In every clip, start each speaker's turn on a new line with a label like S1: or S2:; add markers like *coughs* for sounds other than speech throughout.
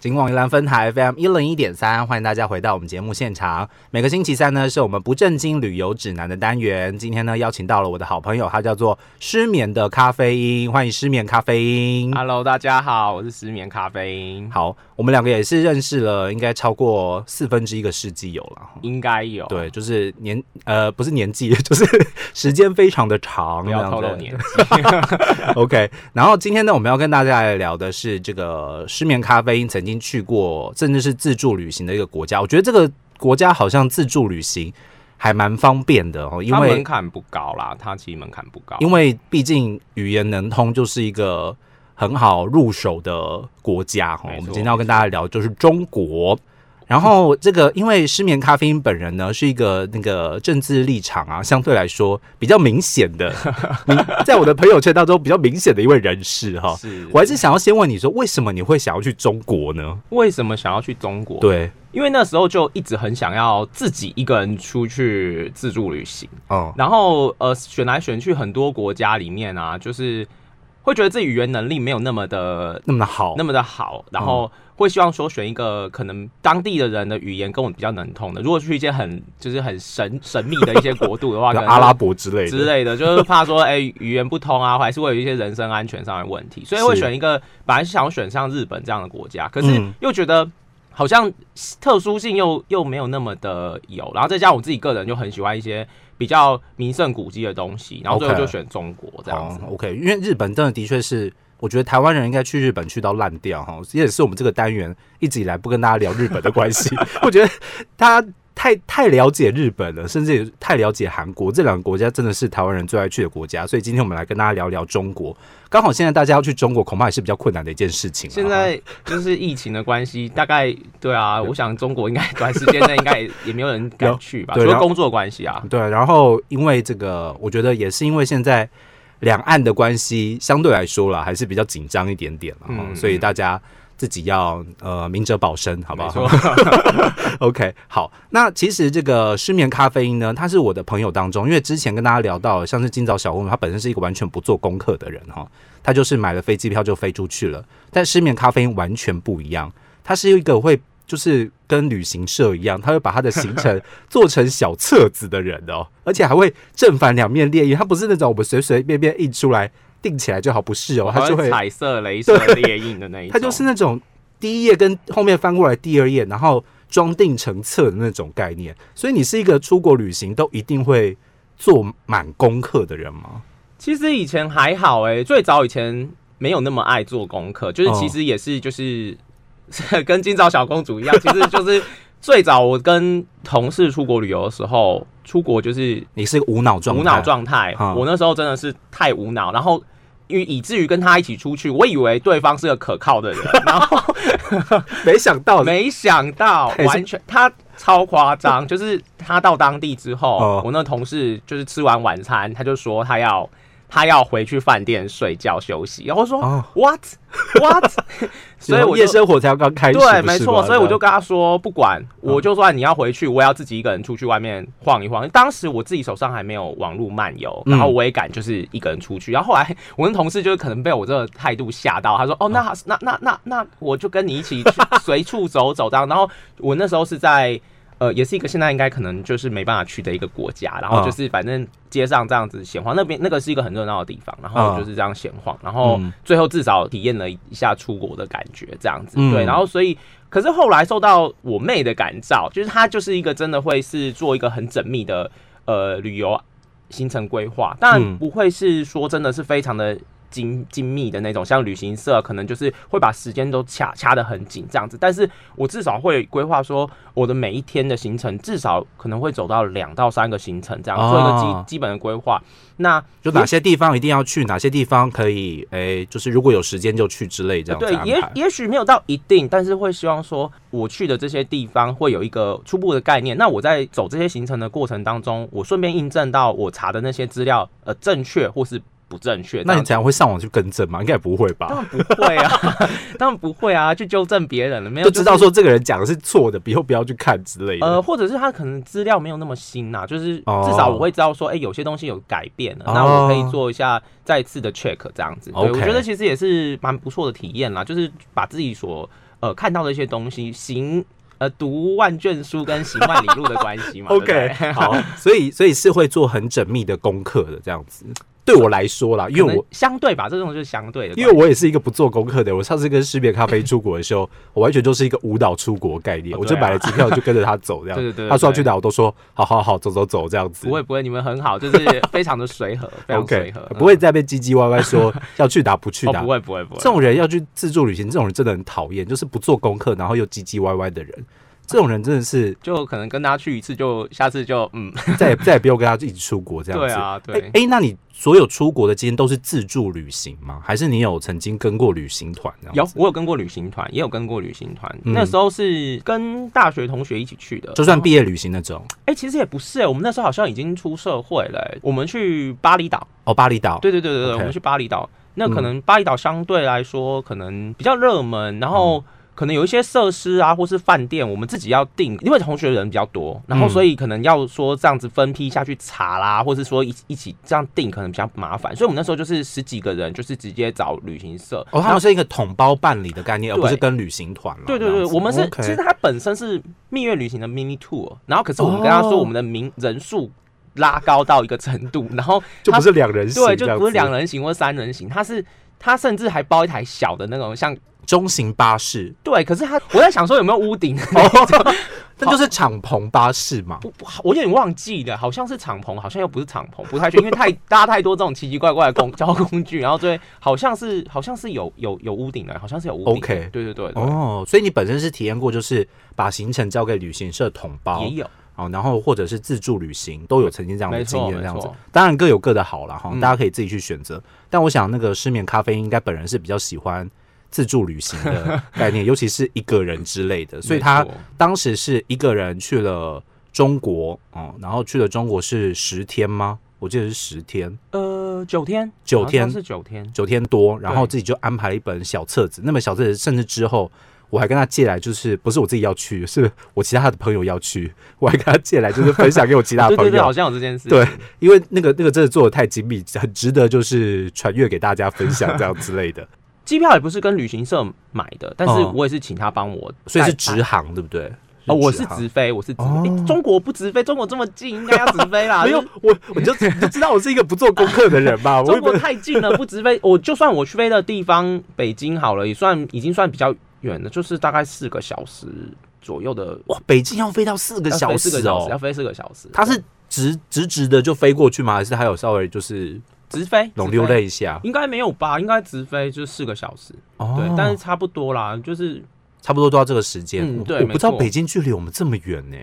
S1: 金广宜兰分台 FM 一零一点三，欢迎大家回到我们节目现场。每个星期三呢，是我们不正经旅游指南的单元。今天呢，邀请到了我的好朋友，他叫做失眠的咖啡因，欢迎失眠咖啡因。
S2: Hello，大家好，我是失眠咖啡因，
S1: 嗯好，我们两个也是认识了，应该超过四分之一个世纪有了。
S2: 应该有，
S1: 对，就是年呃，不是年纪， *laughs* 就是时间非常的长，
S2: 不要
S1: 这样
S2: 透露
S1: 子
S2: 年纪。
S1: OK，然后今天呢，我们要跟大家来聊的是这个失眠咖啡因曾经去过，甚至是自助旅行的一个国家。我觉得这个国家好像自助旅行还蛮方便的哦，因
S2: 它门
S1: 为
S2: 槛不高啦，它其实门槛不高，
S1: 因为毕竟语言能通就是一个很好入手的国家哦。
S2: 没错
S1: 我们今天要跟大家聊就是中国。然后这个，因为失眠咖啡因本人呢是一个那个政治立场啊，相对来说比较明显
S2: *laughs*
S1: 的，明在我的朋友圈当中比较明显的一位人士哈、
S2: 是
S1: 我还是想要先问你说，为什么你会想要去中国呢？
S2: 为什么想要去中国？，
S1: 对，
S2: 因为那时候就一直很想要自己一个人出去自助旅行，
S1: 哦，
S2: 然后呃，选来选去很多国家里面啊，就是会觉得自己语言能力没有那么的
S1: 那么好，嗯
S2: 那么的好，然后会希望说选一个可能当地的人的语言跟我比较能通的。如果去一些很就是很神神秘的一些国度
S1: *laughs*
S2: 的话，可
S1: 像
S2: 能
S1: 阿拉伯之类的，
S2: 之
S1: *laughs*
S2: 类的，就是怕说哎、语言不通啊，还是会有一些人身安全上的问题，所以会
S1: 是
S2: 选一个本来是想要选像日本这样的国家，可是
S1: 嗯
S2: 又觉得。好像特殊性又又没有那么的有，然后再加上我自己个人就很喜欢一些比较名胜古迹的东西，然后最后
S1: OK
S2: 就选中国这样子。
S1: 哦、OK，因为日本真的的确是，我觉得台湾人应该去日本去到烂掉哈，这也是我们这个单元一直以来不跟大家聊日本的关
S2: *laughs*
S1: 系。我觉得他太太了解日本了，甚至也太了解韩国，这两个国家真的是台湾人最爱去的国家。所以今天我们来跟大家聊聊中国。刚好现在大家要去中国，恐怕也是比较困难的一件事情啊。
S2: 现在就是疫情的关系，大概对啊，我想中国应该短时间内应该也也没有人
S1: *laughs*
S2: 敢去吧，
S1: 对
S2: 除了
S1: 然后
S2: 工作关系啊，
S1: 对，然后因为这个，我觉得也是因为现在两岸的关系相对来说啦，还是比较紧张一点点了、哈
S2: 嗯
S1: 所以大家自己要呃明哲保身，好不
S2: 没
S1: 好？
S2: 错，
S1: *laughs* OK，好，那其实这个失眠咖啡因呢，它是我的朋友当中，因为之前跟大家聊到，像是今早小问，他本身是一个完全不做功课的人哈，他就是买了飞机票就飞出去了，但失眠咖啡因完全不一样，它是一个会就是跟旅行社一样，他会把他的行程做成小册子的人哦， *laughs* 而且还会正反两面列印，他不是那种我们随随便便印出来定起来就好，不是哦，他就会
S2: 彩色镭
S1: *laughs*
S2: 射猎印的那一种，
S1: 它就是那种第一页跟后面翻过来第二页，然后装订成册的那种概念。所以你是一个出国旅行都一定会做满功课的人吗？
S2: 其实以前还好哎、最早以前没有那么爱做功课，就是
S1: 哦
S2: 其实也是就是、 *laughs* 跟今早小公主一样，其实就是
S1: *laughs*
S2: 最早我跟同事出国旅游的时候，出国就是
S1: 你是个无脑状态，
S2: 无脑状态
S1: 嗯，
S2: 我那时候真的是太无脑，然后。以以至于跟他一起出去，我以为对方是个可靠的人，然后
S1: 没想到
S2: 没想到
S1: 他也是
S2: 完全他超夸
S1: *laughs*
S2: 张，就是他到当地之后，
S1: 哦
S2: 我那同事就是吃完晚餐，他就说他要他要回去饭店睡觉休息，然后我说、
S1: 哦
S2: what
S1: *laughs*
S2: what，所以我就
S1: 夜生活才刚开始，
S2: 对，
S1: 不是
S2: 没错，
S1: 吗啊嗯
S2: 所以我就跟他说，不管，我就算你要回去，我也要自己一个人出去外面晃一晃。当时我自己手上还没有网络漫游，
S1: 嗯
S2: 然后我也敢就是一个人出去。然后后来我跟同事就是可能被我这个态度吓到，他说：“哦，那
S1: 嗯
S2: 那那那那我就跟你一起去随处走走这样。”然后我那时候是在。呃，也是一个现在应该可能就是没办法去的一个国家，然
S1: 嗯
S2: 后就是反正街上这样子闲晃，那边那个是一个很热闹的地方，然后
S1: 嗯
S2: 就是这样闲晃，然后
S1: 嗯
S2: 最后至少体验了一下出国的感觉，这样子。
S1: 嗯
S2: 对，然后所以，可是后来受到我妹的感召，就是她就是一个真的会是做一个很缜密的呃旅游行程规划，但
S1: 嗯
S2: 不会是说真的是非常的。精精密的那种，像旅行社可能就是会把时间都掐掐得很紧这样子，但是我至少会规划说我的每一天的行程至少可能会走到两到三个行程这样，做一个
S1: 哦
S2: 基基本的规划。那
S1: 就哪些地方一定要去，哪些地方可以，哎，就是如果有时间就去之类这样子
S2: 对，
S1: 安
S2: 也
S1: 排。
S2: 也许没有到一定，但是会希望说我去的这些地方会有一个初步的概念。那我在走这些行程的过程当中，我顺便印证到我查的那些资料，呃，正确或是不正确。
S1: 那你
S2: 这
S1: 怎
S2: 样
S1: 样会上网去更正吗？应该也不会吧？
S2: 子当然不会啊， *laughs* 当然不会啊，去纠正别人了，没有
S1: 就知道
S2: 是
S1: 说这个人讲的是错的，以后不要去看之类的。
S2: 呃，或者是他可能资料没有那么新呐、就是
S1: 哦
S2: 至少我会知道说，哎、有些东西有改变了，
S1: 哦
S2: 那我可以做一下再次的 check 这样子。对，
S1: OK
S2: 我觉得其实也是蛮不错的体验啦，就是把自己所呃看到的一些东西，行呃读万卷书跟行万里路的关
S1: *laughs*
S2: 系嘛。对不对
S1: OK，好，
S2: *laughs*
S1: 所以所以是会做很缜密的功课的这样子。对我来说啦，因
S2: 可
S1: 为
S2: 能
S1: 我
S2: 相对吧，这种就是相对的关系，
S1: 因为我也是一个不做功课的人。我上次跟识别咖啡出国的时候，我完全就是一个舞蹈出国概念，
S2: 哦
S1: 我就
S2: 对啊
S1: 买了机票就跟着他走这样。
S2: *laughs* 对对对对
S1: 他说要去哪，我都说好好好，走走走这样子。
S2: 不会不会，你们很好，就是非常的随和，非
S1: *laughs*
S2: 常
S1: OK，
S2: 随和，
S1: 不会再被唧唧歪歪
S2: *laughs*
S1: 说要去哪不去
S2: 嗯哦
S1: 哪
S2: 不。会不会不
S1: 这
S2: 会，
S1: 种人要去自助旅行，这种人真的很讨厌，就是不做功课，然后又唧唧歪歪的人。这种人真的是
S2: 就可能跟他去一次就下次就嗯，
S1: 再也 *laughs* 再也不要跟他一起出国这样子。
S2: 对啊
S1: 哎、
S2: 对。
S1: 哎那你所有出国的经验都是自助旅行吗？还是你有曾经跟过旅行团这样
S2: 有
S1: 子？，
S2: 我有跟过旅行团，也有跟过旅行团。
S1: 嗯
S2: 那时候是跟大学同学一起去的，
S1: 就算毕业旅行那种
S2: 哎、其实也不是、欸，我们那时候好像已经出社会了欸、我们去巴厘岛，
S1: 哦，巴厘岛。
S2: 对对对对对
S1: OK 嗯
S2: 我们去巴厘岛。那可能巴厘岛相对来说可能比较热门，
S1: 嗯
S2: 然后可能有一些设施啊，或是饭店，我们自己要订，因为同学人比较多，然后
S1: 嗯
S2: 所以可能要说这样子分批下去查啦，或是说一一起这样订可能比较麻烦，所以我们那时候就是十几个人，就是直接找旅行社。
S1: 哦，他们是一个统包办理的概念，而
S2: 对
S1: 不是跟旅行团了。
S2: 对对
S1: 这
S2: 对，
S1: 样子
S2: 我们是
S1: OK
S2: 其实它本身是蜜月旅行的 mini tour，然后可是我们跟他说
S1: 哦
S2: 我们的名人数拉高到一个程度， *laughs* 然后
S1: 就
S2: 它
S1: 不 *laughs* 是两人行，
S2: 对，就不是两
S1: 人
S2: 人行或三人行，它是它甚至还包一台小的那种像
S1: 中型巴士，
S2: 对，可是它 *laughs* 我在想说有没有
S1: *laughs*
S2: 屋顶的那种， *laughs*
S1: 那就是敞篷巴士嘛。
S2: 不不好我有点忘记了，好像是敞篷，好像又不是敞篷，不太确定，因为太 *laughs* 搭太多这种奇奇怪怪的工交通工具，然后对，好像是好像是有有有屋顶的，好像是有屋顶的。
S1: OK
S2: 对对对对
S1: 哦，所以你本身是体验过，就是把行程交给旅行社统包
S2: 也，有
S1: 哦，然后或者是自助旅行，都有曾经这样的
S2: 没
S1: 经
S2: 错
S1: 验，
S2: 没
S1: 这样子
S2: 错。
S1: 当然各有各的好啦，哈，
S2: 嗯
S1: 大家可以自己去选择。但我想那个失眠咖啡因应该本人是比较喜欢自助旅行的概
S2: *laughs*
S1: 念，尤其是一个人之类的，所以他
S2: 没错
S1: 当时是一个人去了中国，哦、然后去了中国是十天吗？我记得是十天，
S2: 呃九天
S1: 九
S2: 好像
S1: 天
S2: 是九天，
S1: 九天多，然后
S2: 对
S1: 自己就安排了一本小册子。那本小册子甚至之后我还跟他借来，就是不是我自己要去，是我其他的朋友要去，我还跟他借来，就是分享给我其他的
S2: 对
S1: 朋
S2: 哦对对，
S1: 友
S2: 好。像有这件事。
S1: 对，因为那个那个真的做的太精密，很值得就是传阅给大家分享这样之类
S2: *laughs*
S1: 的，
S2: 机票也不是跟旅行社买的，但是
S1: 嗯
S2: 我也是请他帮我代办，
S1: 所以是直航，对不对？
S2: 哦，我是
S1: 航
S2: 直飞，我是直飞。
S1: 哦
S2: 诶中国不直飞，中国这么近，应该要直飞
S1: *laughs*
S2: 啦。
S1: 没有
S2: 就是，
S1: 我我就你就知道我是一个不做功课的人嘛，我
S2: *laughs* 中
S1: 也
S2: 国
S1: 不
S2: 太近了，不直飞。我就算我去飞的地方北京好了，也算已经算比较远了，就是大概四个小时左右的，
S1: 哇，北京要飞到四个
S2: 要
S1: 小
S2: 飞四
S1: 时
S2: 个小时，要
S1: 哦，
S2: 飞四个小时。
S1: 它是直直直的就飞过去吗？还是还有稍微就是
S2: 直飞，
S1: 拢
S2: 直飞
S1: 溜了，一下？
S2: 应该没有吧？应该直飞就四个小时，
S1: 哦
S2: 对，但是差不多啦，就是
S1: 差不多都到这个时间。
S2: 嗯
S1: 我
S2: 对
S1: 我不知道
S2: 没错
S1: 北京距离我们这么远呢、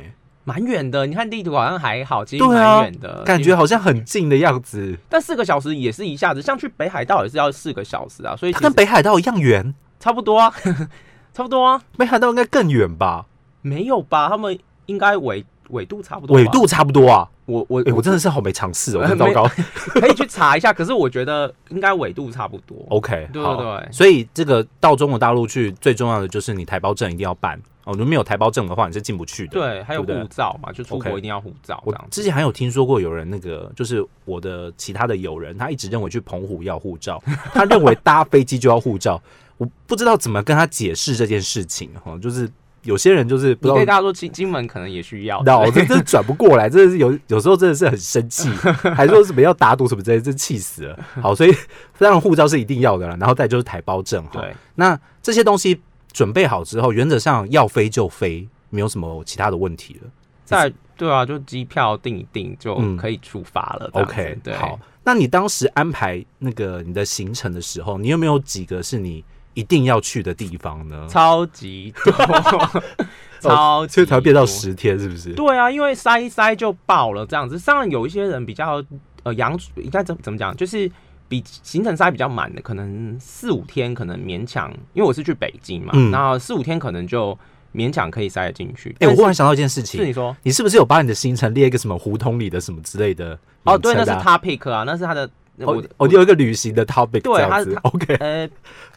S2: 蛮远的。你看地图好像还好，其实
S1: 对啊
S2: 蛮远的，
S1: 感
S2: 其
S1: 觉
S2: 实。
S1: 好像很近的样子。
S2: 但四个小时也是一下子，像去北海道也是要四个小时啊，所以
S1: 它
S2: 其实
S1: 跟北海道一样远，
S2: 差不多啊， *laughs* 差不多啊。
S1: 北海道应该更远吧？
S2: 没有吧？他们应该纬纬度差不多吧。
S1: 纬度差不多啊！
S2: 我我、
S1: 哎、我真的是好没尝
S2: *laughs*
S1: 试哦，
S2: 呃
S1: 很糟糕。
S2: 可以去查一下， *laughs* 可是我觉得应该纬度差不多。
S1: OK，
S2: 对
S1: 好
S2: 对对
S1: 所以这个到中国大陆去，最重要的就是你台胞证一定要办哦。如果没有台胞证的话，你是进不去的。
S2: 对，还有
S1: 对不对
S2: 护照嘛，就出
S1: OK
S2: 国一定要护照这
S1: 我
S2: 样子。
S1: 之前还有听说过有人那个，就是我的其他的友人，他一直认为去澎湖要护照，他认为搭飞机就要护照，我不知道怎么跟他解释这件事情哈，就是有些人就是不
S2: 你可以
S1: 知
S2: 跟
S1: 道。
S2: 他说金金门可能也需要。
S1: 脑子真的转不过来，真的是有有时候真的是很生气，还说什么要打赌什么之类，真气死了。好，所以当然护照是一定要的了，然后再 *laughs* 就是台胞证哈。
S2: 对，
S1: 那这些东西准备好之后，原则上要飞就飞，没有什么其他的问题了。
S2: 再对啊，就机票订一订就
S1: 嗯
S2: 可以出发了。这样子
S1: OK，
S2: 对，
S1: 好。那你当时安排那个你的行程的时候，你有没有几个是你一定要去的地方呢？
S2: 超级
S1: *laughs*
S2: 多，超级
S1: 哦所以才会变到
S2: 多
S1: 十天，是不是？
S2: 对啊，因为塞一塞就爆了这样子。上有一些人比较呃阳，应该怎怎么讲，就是比行程塞比较满的，可能四五天可能勉强，因为我是去北京嘛，
S1: 嗯
S2: 那四五天可能就勉强可以塞得进去。啊
S1: 哎、
S2: 但
S1: 我
S2: 是
S1: 忽然想到一件事
S2: 是
S1: 情，
S2: 你说
S1: 你是不是有把你的行程列一个什么胡同里的什么之类的、
S2: 哦，对，那是
S1: 他。
S2: 他 pick 啊，那是他的我
S1: 哦
S2: 的，
S1: 哦，你有一个旅行的 topic
S2: 对
S1: 这样
S2: 他
S1: 子
S2: 他
S1: ，OK。 *laughs*
S2: 呃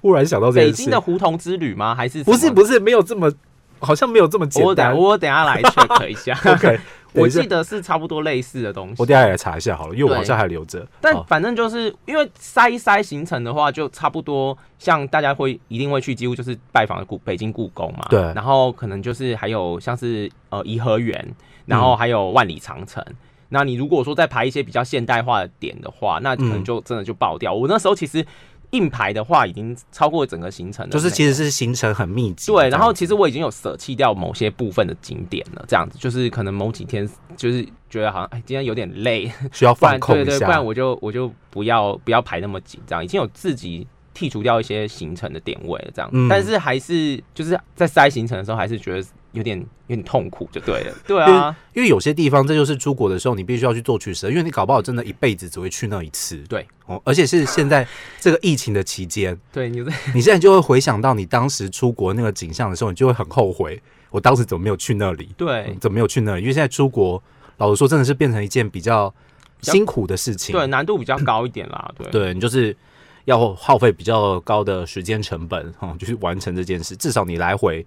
S1: 忽然想到这
S2: 北
S1: 件
S2: 京
S1: 事
S2: 的，胡同之旅吗？还是什
S1: 不是
S2: 么？
S1: 不是，没有这么，好像没有这么简
S2: 我等
S1: 单。 *laughs*
S2: 我等下来 check 一下。
S1: OK，
S2: 我
S1: 等一下
S2: 记得是差不多类似的东西
S1: 我。等一下来查一下好了，因为我好像还留着。哦
S2: 但
S1: 好
S2: 反正就是因为塞一塞行程的话，就差不多像大家会一定会去，几乎就是拜访故北京故宫嘛。
S1: 对
S2: 然后可能就是还有像是呃颐和园，然后还有万里长城。那你如果说再排一些比较现代化的点的话，那可能就真的就爆掉。我那时候其实硬排的话，已经超过整个行程了。
S1: 就是其实是行程很密集。
S2: 对，然后其实我已经有舍弃掉某些部分的景点了，这样子就是可能某几天就是觉得好像哎今天有点累，
S1: 需要
S2: 不
S1: 放
S2: 然
S1: 空
S2: 对
S1: 一
S2: 对，不然
S1: 下。
S2: 我就我就不要不要排那么紧张，已经有自己剔除掉一些行程的点位了，这样。
S1: 嗯
S2: 但是还是就是在塞行程的时候，还是觉得有点有点痛苦，就对
S1: *laughs*
S2: 了。对啊，
S1: 因为有些地方，这就是出国的时候，你必须要去做取舍，因为你搞不好真的一辈子只会去那一次。
S2: 对
S1: 哦，而且是现在这个疫情的期间，
S2: 对，
S1: *laughs*
S2: 你在
S1: 你现在就会回想到你当时出国那个景象的时候，你就会很后悔，我当时怎么没有去那里？
S2: 对
S1: 嗯怎么没有去那里？因为现在出国，老实说，真的是变成一件比较
S2: 比较
S1: 辛苦的事情。
S2: 对难度比较高一点
S1: *coughs*
S2: 啦，对。
S1: 对你就是要耗费比较高的时间成本，哈、嗯，就是完成这件事。至少你来回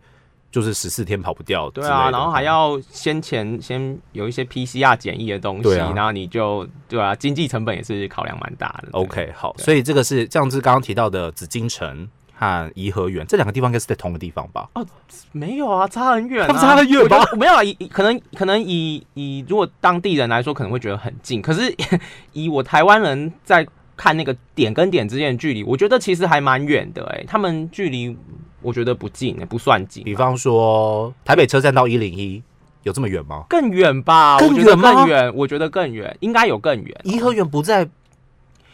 S1: 就是十四天跑不掉之
S2: 对
S1: 类的，
S2: 啊，然后还要先前先有一些 PCR 检疫的东西，
S1: 对啊
S2: 然后你就对啊，经济成本也是考量蛮大的。对
S1: 嗯 OK 好。
S2: 对
S1: 所以这个是这样子，刚刚提到的紫禁城和颐和园这两个地方，应该是在同个地方吧？
S2: 哦没有啊，差很远、啊，
S1: 他们差很远吧
S2: 我觉得？没有啊，以以可能可能以以如果当地人来说，可能会觉得很近，可是 *laughs* 以我台湾人在看那个点跟点之间的距离，我觉得其实还蛮远的哎、他们距离我觉得不近，欸不算近，
S1: 比方说台北车站到一零一，有这么远吗？
S2: 更远吧？
S1: 更
S2: 我觉得
S1: 远吗
S2: 更远，我觉得更远，应该有更远。
S1: 颐和园不在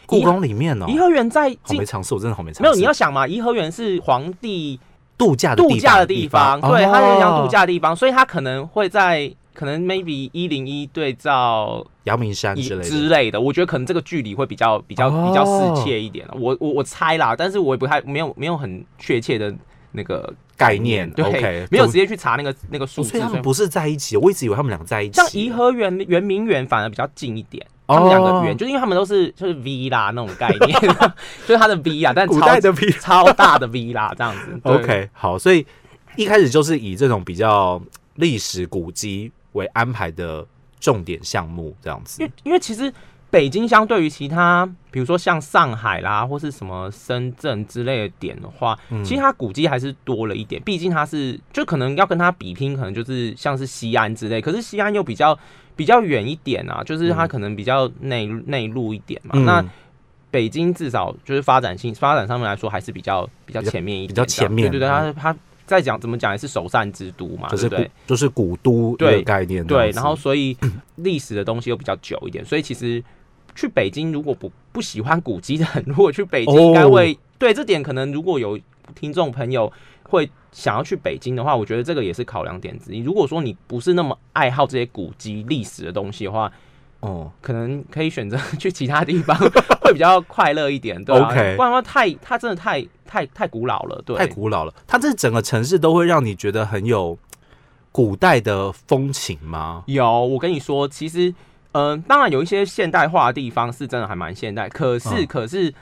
S1: 故宫里面哦、
S2: 呃颐和园在
S1: 好没
S2: 近。
S1: 尝试，我真的好没尝试。
S2: 没有，你要想嘛，颐和园是皇帝
S1: 度假的
S2: 度假的地
S1: 地
S2: 方，对，
S1: 哦
S2: 它是像度假的地方，所以它可能会在可能 maybe 一零一对照
S1: 阳明山
S2: 以
S1: 之类的。
S2: 之类的，我觉得可能这个距离会比较比较
S1: 哦
S2: 比较适切一点了。我我我猜啦，但是我也不太没有没有很确切的那个
S1: 概念
S2: 对
S1: OK，
S2: 没有
S1: 总
S2: 直接去查那个那个数
S1: 哦
S2: 字。
S1: 所以他
S2: 所
S1: 们
S2: 以
S1: 不是在一起，我一直以为他们俩在一起。
S2: 像颐和园、圆明园反而比较近一点，
S1: 哦
S2: 他们两个园，就是因为他们都是就是 V 啦那种概念， *laughs* 就是它的 V 啦，但
S1: 古
S2: 超
S1: 代的 P
S2: 超大的 V 啦这样子。 *laughs* 对
S1: OK，好，所以一开始就是以这种比较历史古迹为安排的重点项目，这样子
S2: 因为。因为其实北京相对于其他，比如说像上海啦，或是什么深圳之类的点的话，
S1: 嗯
S2: 其实它古迹还是多了一点。毕竟它是就可能要跟它比拼，可能就是像是西安之类，可是西安又比较比较远一点啊，就是它可能比较内内陆一点嘛。那
S1: 嗯
S2: 北京至少就是发展性发展上面来说还是比较比较
S1: 比较
S2: 前面一点
S1: 比
S2: 这
S1: 较
S2: 样，
S1: 前面嗯
S2: 对对对，它它再讲怎么讲也是首善之都嘛，
S1: 就是
S2: 对不
S1: 古
S2: 对？
S1: 就是古都这个
S2: 对
S1: 概念这样
S2: 对，
S1: 子，
S2: 然后所以 *clears throat* 历史的东西又比较久一点，所以其实去北京如果不不喜欢古迹的人，如果去北京
S1: 哦
S2: 应该会、对这点可能如果有听众朋友会想要去北京的话，我觉得这个也是考量点之一。如果说你不是那么爱好这些古迹历史的东西的话，
S1: 哦，
S2: 可能可以选择去其他地方会比较快乐一点，对、
S1: *laughs*
S2: 啊、
S1: OK
S2: 不然的话太它真的太太太古老了，对，
S1: 太古老了。它这整个城市都会让你觉得很有古代的风情吗？
S2: 有，我跟你说，其实，嗯、当然有一些现代化的地方是真的还蛮现代，可是、
S1: 嗯
S2: 可是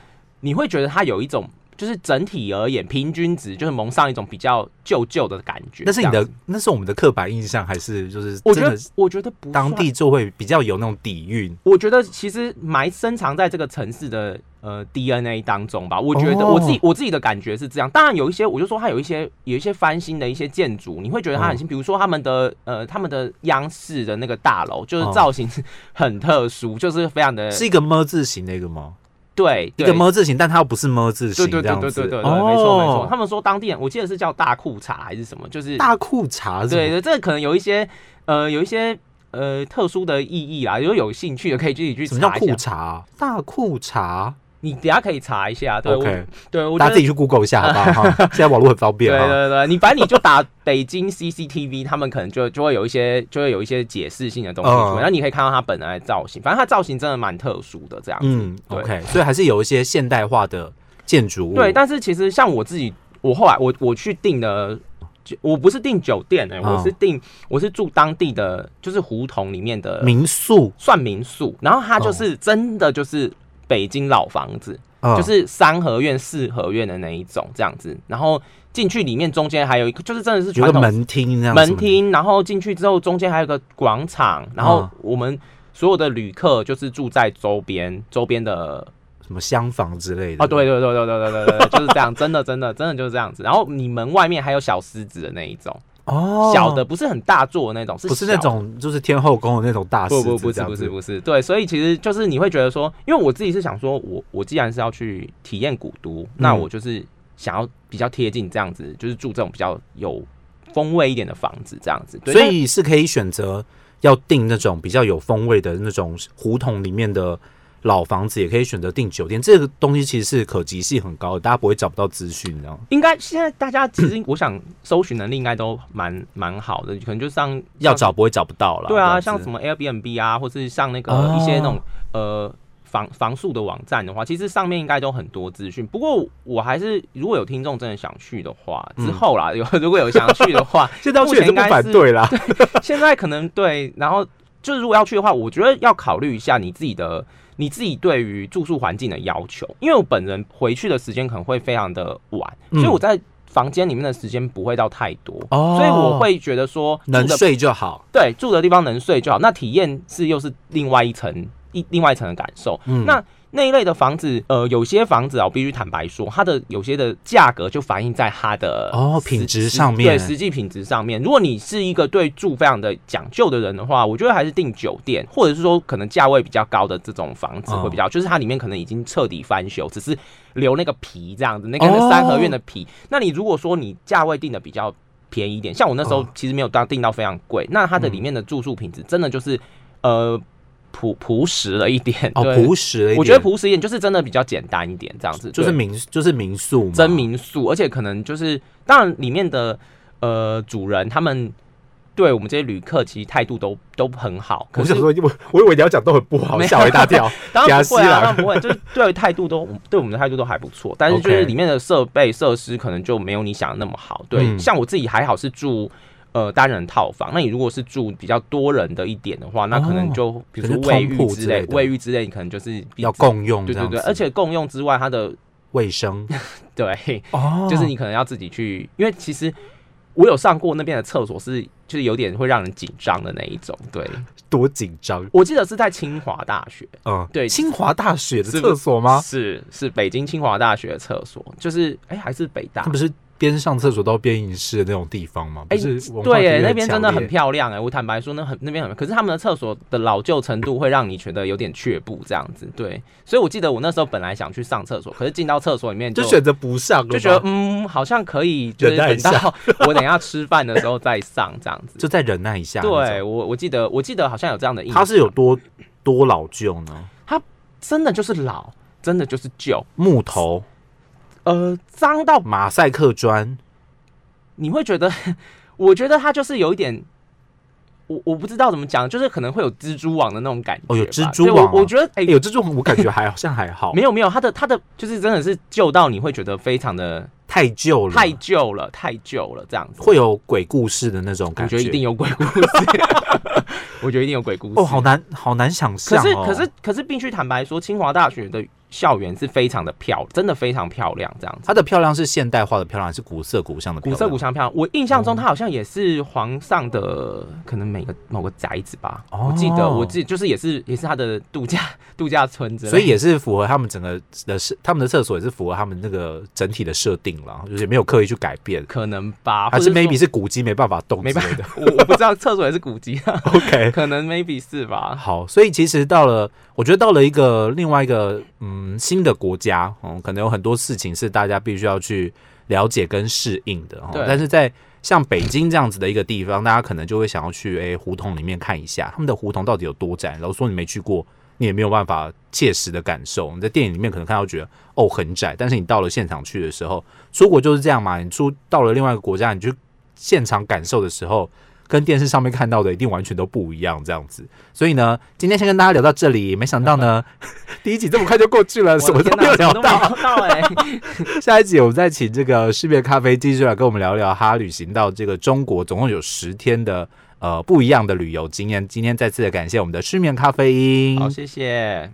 S2: 你会觉得它有一种就是整体而言平均值就是蒙上一种比较旧旧的感觉。
S1: 那是你
S2: 这
S1: 的
S2: 样子，，
S1: 那是我们的刻板印象，还是就是
S2: 我
S1: 真
S2: 觉得
S1: 的
S2: 我觉得不
S1: 当
S2: 算
S1: 地就会比较有那种底蕴？
S2: 我觉得其实埋深藏在这个城市的呃 DNA 当中吧。我觉得
S1: 哦
S2: 我自己、我自己的感觉是这样。当然有一些，我就说它有一些有一些翻新的一些建筑，你会觉得它很
S1: 嗯
S2: 新。比如说他们的呃他们的央视的那个大楼，就是
S1: 哦
S2: 造型很特殊，就是非常的
S1: 是一个么字形的一个吗？
S2: 对
S1: 一
S2: 对
S1: 个么字形，但它又不是么字
S2: 对
S1: 形，
S2: 对
S1: 这
S2: 对
S1: 样
S2: 对
S1: 子。
S2: 对对对，
S1: 哦
S2: 没错没错。他们说当地人，我记得是叫大裤衩还是什么，就是
S1: 大裤衩是吗
S2: 对对，这个可能有一些呃有一些呃特殊的意义啦。如果有兴趣的可以自己去
S1: 什么叫
S2: 查一
S1: 裤
S2: 下，
S1: 衩啊？大裤衩
S2: 你等一下可以查一下。对我
S1: OK，
S2: 对，我
S1: 大家
S2: 觉得
S1: 自己去 Google 一下好不好？
S2: *laughs*
S1: 哈现在网络很方便
S2: 对
S1: 啊。
S2: 对对，你反正你就打北京 CCTV，他们可能就就会有一些就会有一些解释性的东西出
S1: 嗯
S2: 来，那、你可以看到它本来的造型，反正它造型真的蛮特殊的这样子。
S1: 嗯
S2: 对
S1: ，OK，所以还是有一些现代化的建筑物。
S2: 对，但是其实像我自己，我后来我我去订的，我不是订酒店哎、
S1: 嗯
S2: 我是订我是住当地的就是胡同里面的
S1: 民宿哦
S2: 算民宿，然后它就是真的就是北京老房子，
S1: 嗯
S2: 就是三合院、四合院的那一种这样子。然后进去里面中间还有一个，就是真的是
S1: 有
S2: 传
S1: 个
S2: 统
S1: 门厅这样子吗
S2: 门，厅，然后进去之后中间还有一个广场，然后
S1: 嗯
S2: 我们所有的旅客就是住在周边，周边的
S1: 什么厢房之类的。
S2: 哦，对，对对对对对对对，就是这样，真的真的真的就是这样子。然后你门外面还有小狮子的那一种，
S1: 哦，
S2: 小的，不是很大座的那种，是
S1: 不是那
S2: 小的
S1: 种就是天后宫的那种大狮
S2: 不
S1: 子
S2: 不不
S1: 这
S2: 是
S1: 样
S2: 不
S1: 子
S2: 是不是，对，所以其实就是你会觉得说，因为我自己是想说我，我既然是要去体验古都，那我就是想要比较贴近这样子，就是住这种比较有风味一点的房子这样子。对
S1: 所以是可以选择要订那种比较有风味的那种胡同里面的老房子，也可以选择订酒店。这个东西其实是可及性很高的，大家不会找不到资讯，你知道吗？
S2: 但应该现在大家其实我想搜寻能力应该都蛮蛮好的，可能就上
S1: 要
S2: 上
S1: 找不会找不到啦。
S2: 对啊，
S1: 这样
S2: 像
S1: 子
S2: 什么 Airbnb 啊，或是像那个
S1: 哦
S2: 一些那种、呃房房宿的网站的话，其实上面应该都很多资讯。不过我还是如果有听众真的想去的话，之后啦，有如果有想去的话
S1: *laughs* ，现在要去也是
S2: 目前应
S1: 不
S2: 该
S1: 反对啦。
S2: 现在可能对，然后就是如果要去的话，我觉得要考虑一下你自己的你自己对于住宿环境的要求，因为我本人回去的时间可能会非常的晚，
S1: 嗯
S2: 所以我在房间里面的时间不会到太多，
S1: 哦
S2: 所以我会觉得说住
S1: 能
S2: 的
S1: 睡就好。
S2: 对，住的地方能睡
S1: 嗯
S2: 就好。那体验是又是另外一层一另外一层的感受。
S1: 嗯
S2: 那那一类的房子，呃，有些房子啊，我必须坦白说，它的有些的价格就反映在它的
S1: 哦
S2: 实
S1: 品质
S2: 实
S1: 上面
S2: 对，实际品质上面。如果你是一个对住非常的讲究的人的话，我觉得还是订酒店，或者是说可能价位比较高的这种房子
S1: 哦
S2: 会比较，就是它里面可能已经彻底翻修，只是留那个皮这样子，那个那
S1: 哦
S2: 三合院的皮。那你如果说你价位定的比较便宜一点，像我那时候
S1: 哦
S2: 其实没有到定到非常贵，那它的
S1: 嗯
S2: 里面的住宿品质真的就是呃朴朴实了一点，
S1: *laughs* 哦，
S2: 对
S1: 朴实了一点，
S2: 我觉得朴实一点就是真的比较简单一点，这样子
S1: 就是
S2: 对
S1: 民就是民宿嘛，
S2: 真民宿，而且可能就是当然里面的呃主人他们。对我们这些旅客，其实态度都都很好。可
S1: 我
S2: 是
S1: 想说，我我以为你要讲都很不好，
S2: 没有
S1: 吓我一大
S2: *laughs*
S1: 跳。
S2: 当然
S1: *laughs*
S2: 不会
S1: 假戏
S2: 啊，
S1: 啦
S2: 当然不会，就是对态度都对我们的态度都还不错，但是就
S1: OK
S2: 是里面的设备设施可能就没有你想的那么好。对，
S1: 嗯
S2: 像我自己还好是住。呃，单人套房，那你如果是住比较多人的一点的话，那可能就、比如说
S1: 哦可能是
S2: 卫
S1: 通
S2: 浴
S1: 铺
S2: 之
S1: 之类
S2: 类，
S1: 的
S2: 卫浴之类，你可能就是比
S1: 要共用这
S2: 对对
S1: 样子，
S2: 对，而且共用之外，它的
S1: 卫生
S2: 对，
S1: 哦
S2: *laughs* 就是你可能要自己去，因为其实我有上过那边的厕所是，就是有点会让人紧张的那一种。对，
S1: 多紧张，
S2: 我记得是在清华大学，
S1: 嗯，
S2: 对
S1: 清华大学的
S2: 是不
S1: 厕
S2: 是
S1: 所吗？
S2: 是是北京清华大学的厕所，就是哎、还是北大
S1: 那。不是边上厕所到边影视的那种地方吗？不
S2: 哎
S1: 是文化
S2: 对
S1: 底蕴
S2: 耶，那
S1: 很
S2: 边
S1: 强
S2: 真的
S1: 烈
S2: 很漂亮哎、我坦白说，那很那边很，可是他们的厕所的老旧程度会让你觉得有点却步这样子。对，所以我记得我那时候本来想去上厕所，可是进到厕所里面
S1: 就
S2: 就
S1: 选择不上了吧，
S2: 就觉得嗯，好像可以，就是
S1: 忍耐一
S2: 等
S1: 下
S2: 到
S1: *laughs*
S2: 我等一下吃饭的时候再上这样子。
S1: 就再忍耐一下那种。
S2: 对我我记得我记得好像有这样的印象，
S1: 它是有多多老旧呢？
S2: 真的就是老，真的就是旧，
S1: 木头、
S2: 呃，脏到
S1: 马赛克砖，
S2: 你会觉得， *laughs* 我觉得它就是有一点，我我不知道怎么讲，就是可能会有蜘蛛网的那种感觉吧。
S1: 哦有蜘蛛
S2: 对
S1: 网哦
S2: 我我觉得
S1: 哎、
S2: 哎、
S1: 有这种我感觉还好像还好，
S2: 没有没有，它的它的就是真的是旧到你会觉得非常的
S1: 太旧了，
S2: 太旧了，太旧了这样子。
S1: 会有鬼故事的那种
S2: 我
S1: 感
S2: 觉得一定有鬼故
S1: *laughs*
S2: 事，我觉得一定有鬼故事。
S1: 哦，好难好难想
S2: 可
S1: 象、
S2: 是
S1: 哦。
S2: 可是可是必须坦白说，清华大学的校园是非常的漂，真的非常漂亮这样子。
S1: 它的漂亮是现代化的漂亮，还是古色古香的漂
S2: 古
S1: 亮？
S2: 色古香漂亮，我印
S1: 哦
S2: 象中它好像也是皇上的可能每个某个宅子吧，
S1: 哦
S2: 我记得我记得就是也是也是他的度假 *laughs* 度假村之类的，
S1: 所以也是符合他们整个的设，他们的厕所也是符合他们那个整体的设定啦，就是没有刻意去改变，
S2: 可能吧，
S1: 还是
S2: 啊或者
S1: maybe
S2: 说
S1: 是古迹没办法动
S2: 没
S1: 之
S2: 办
S1: 类的。
S2: 我我不知道厕所也是古迹啊，
S1: OK，
S2: 可能 maybe 是吧，
S1: 好，所以其实到了，我觉得到了一个另外一个嗯新的国家，嗯，可能有很多事情是大家必须要去了解跟适应的哦
S2: 对。
S1: 但是在像北京这样子的一个地方，大家可能就会想要去诶、胡同里面看一下，他们的胡同到底有多窄。然后说你没去过，你也没有办法切实的感受。你在电影里面可能看到觉得哦很窄，但是你到了现场去的时候，出国就是这样嘛。你出到了另外一个国家，你去现场感受的时候，跟电视上面看到的一定完全都不一样，这样子。所以呢，今天先跟大家聊到这里。没想到呢， *laughs* 第一集这么快就过去了， *laughs* 什么
S2: 我的
S1: 都
S2: 天
S1: 没
S2: 哪
S1: 有聊
S2: 什么都没
S1: 到。
S2: 有聊到哎、
S1: *laughs* 下一集我们再请这个世界咖啡继续来跟我们聊聊他旅行到这个中国，总共有十天的呃不一样的旅游经验。今天再次的感谢我们的失眠咖啡因，
S2: 好谢谢。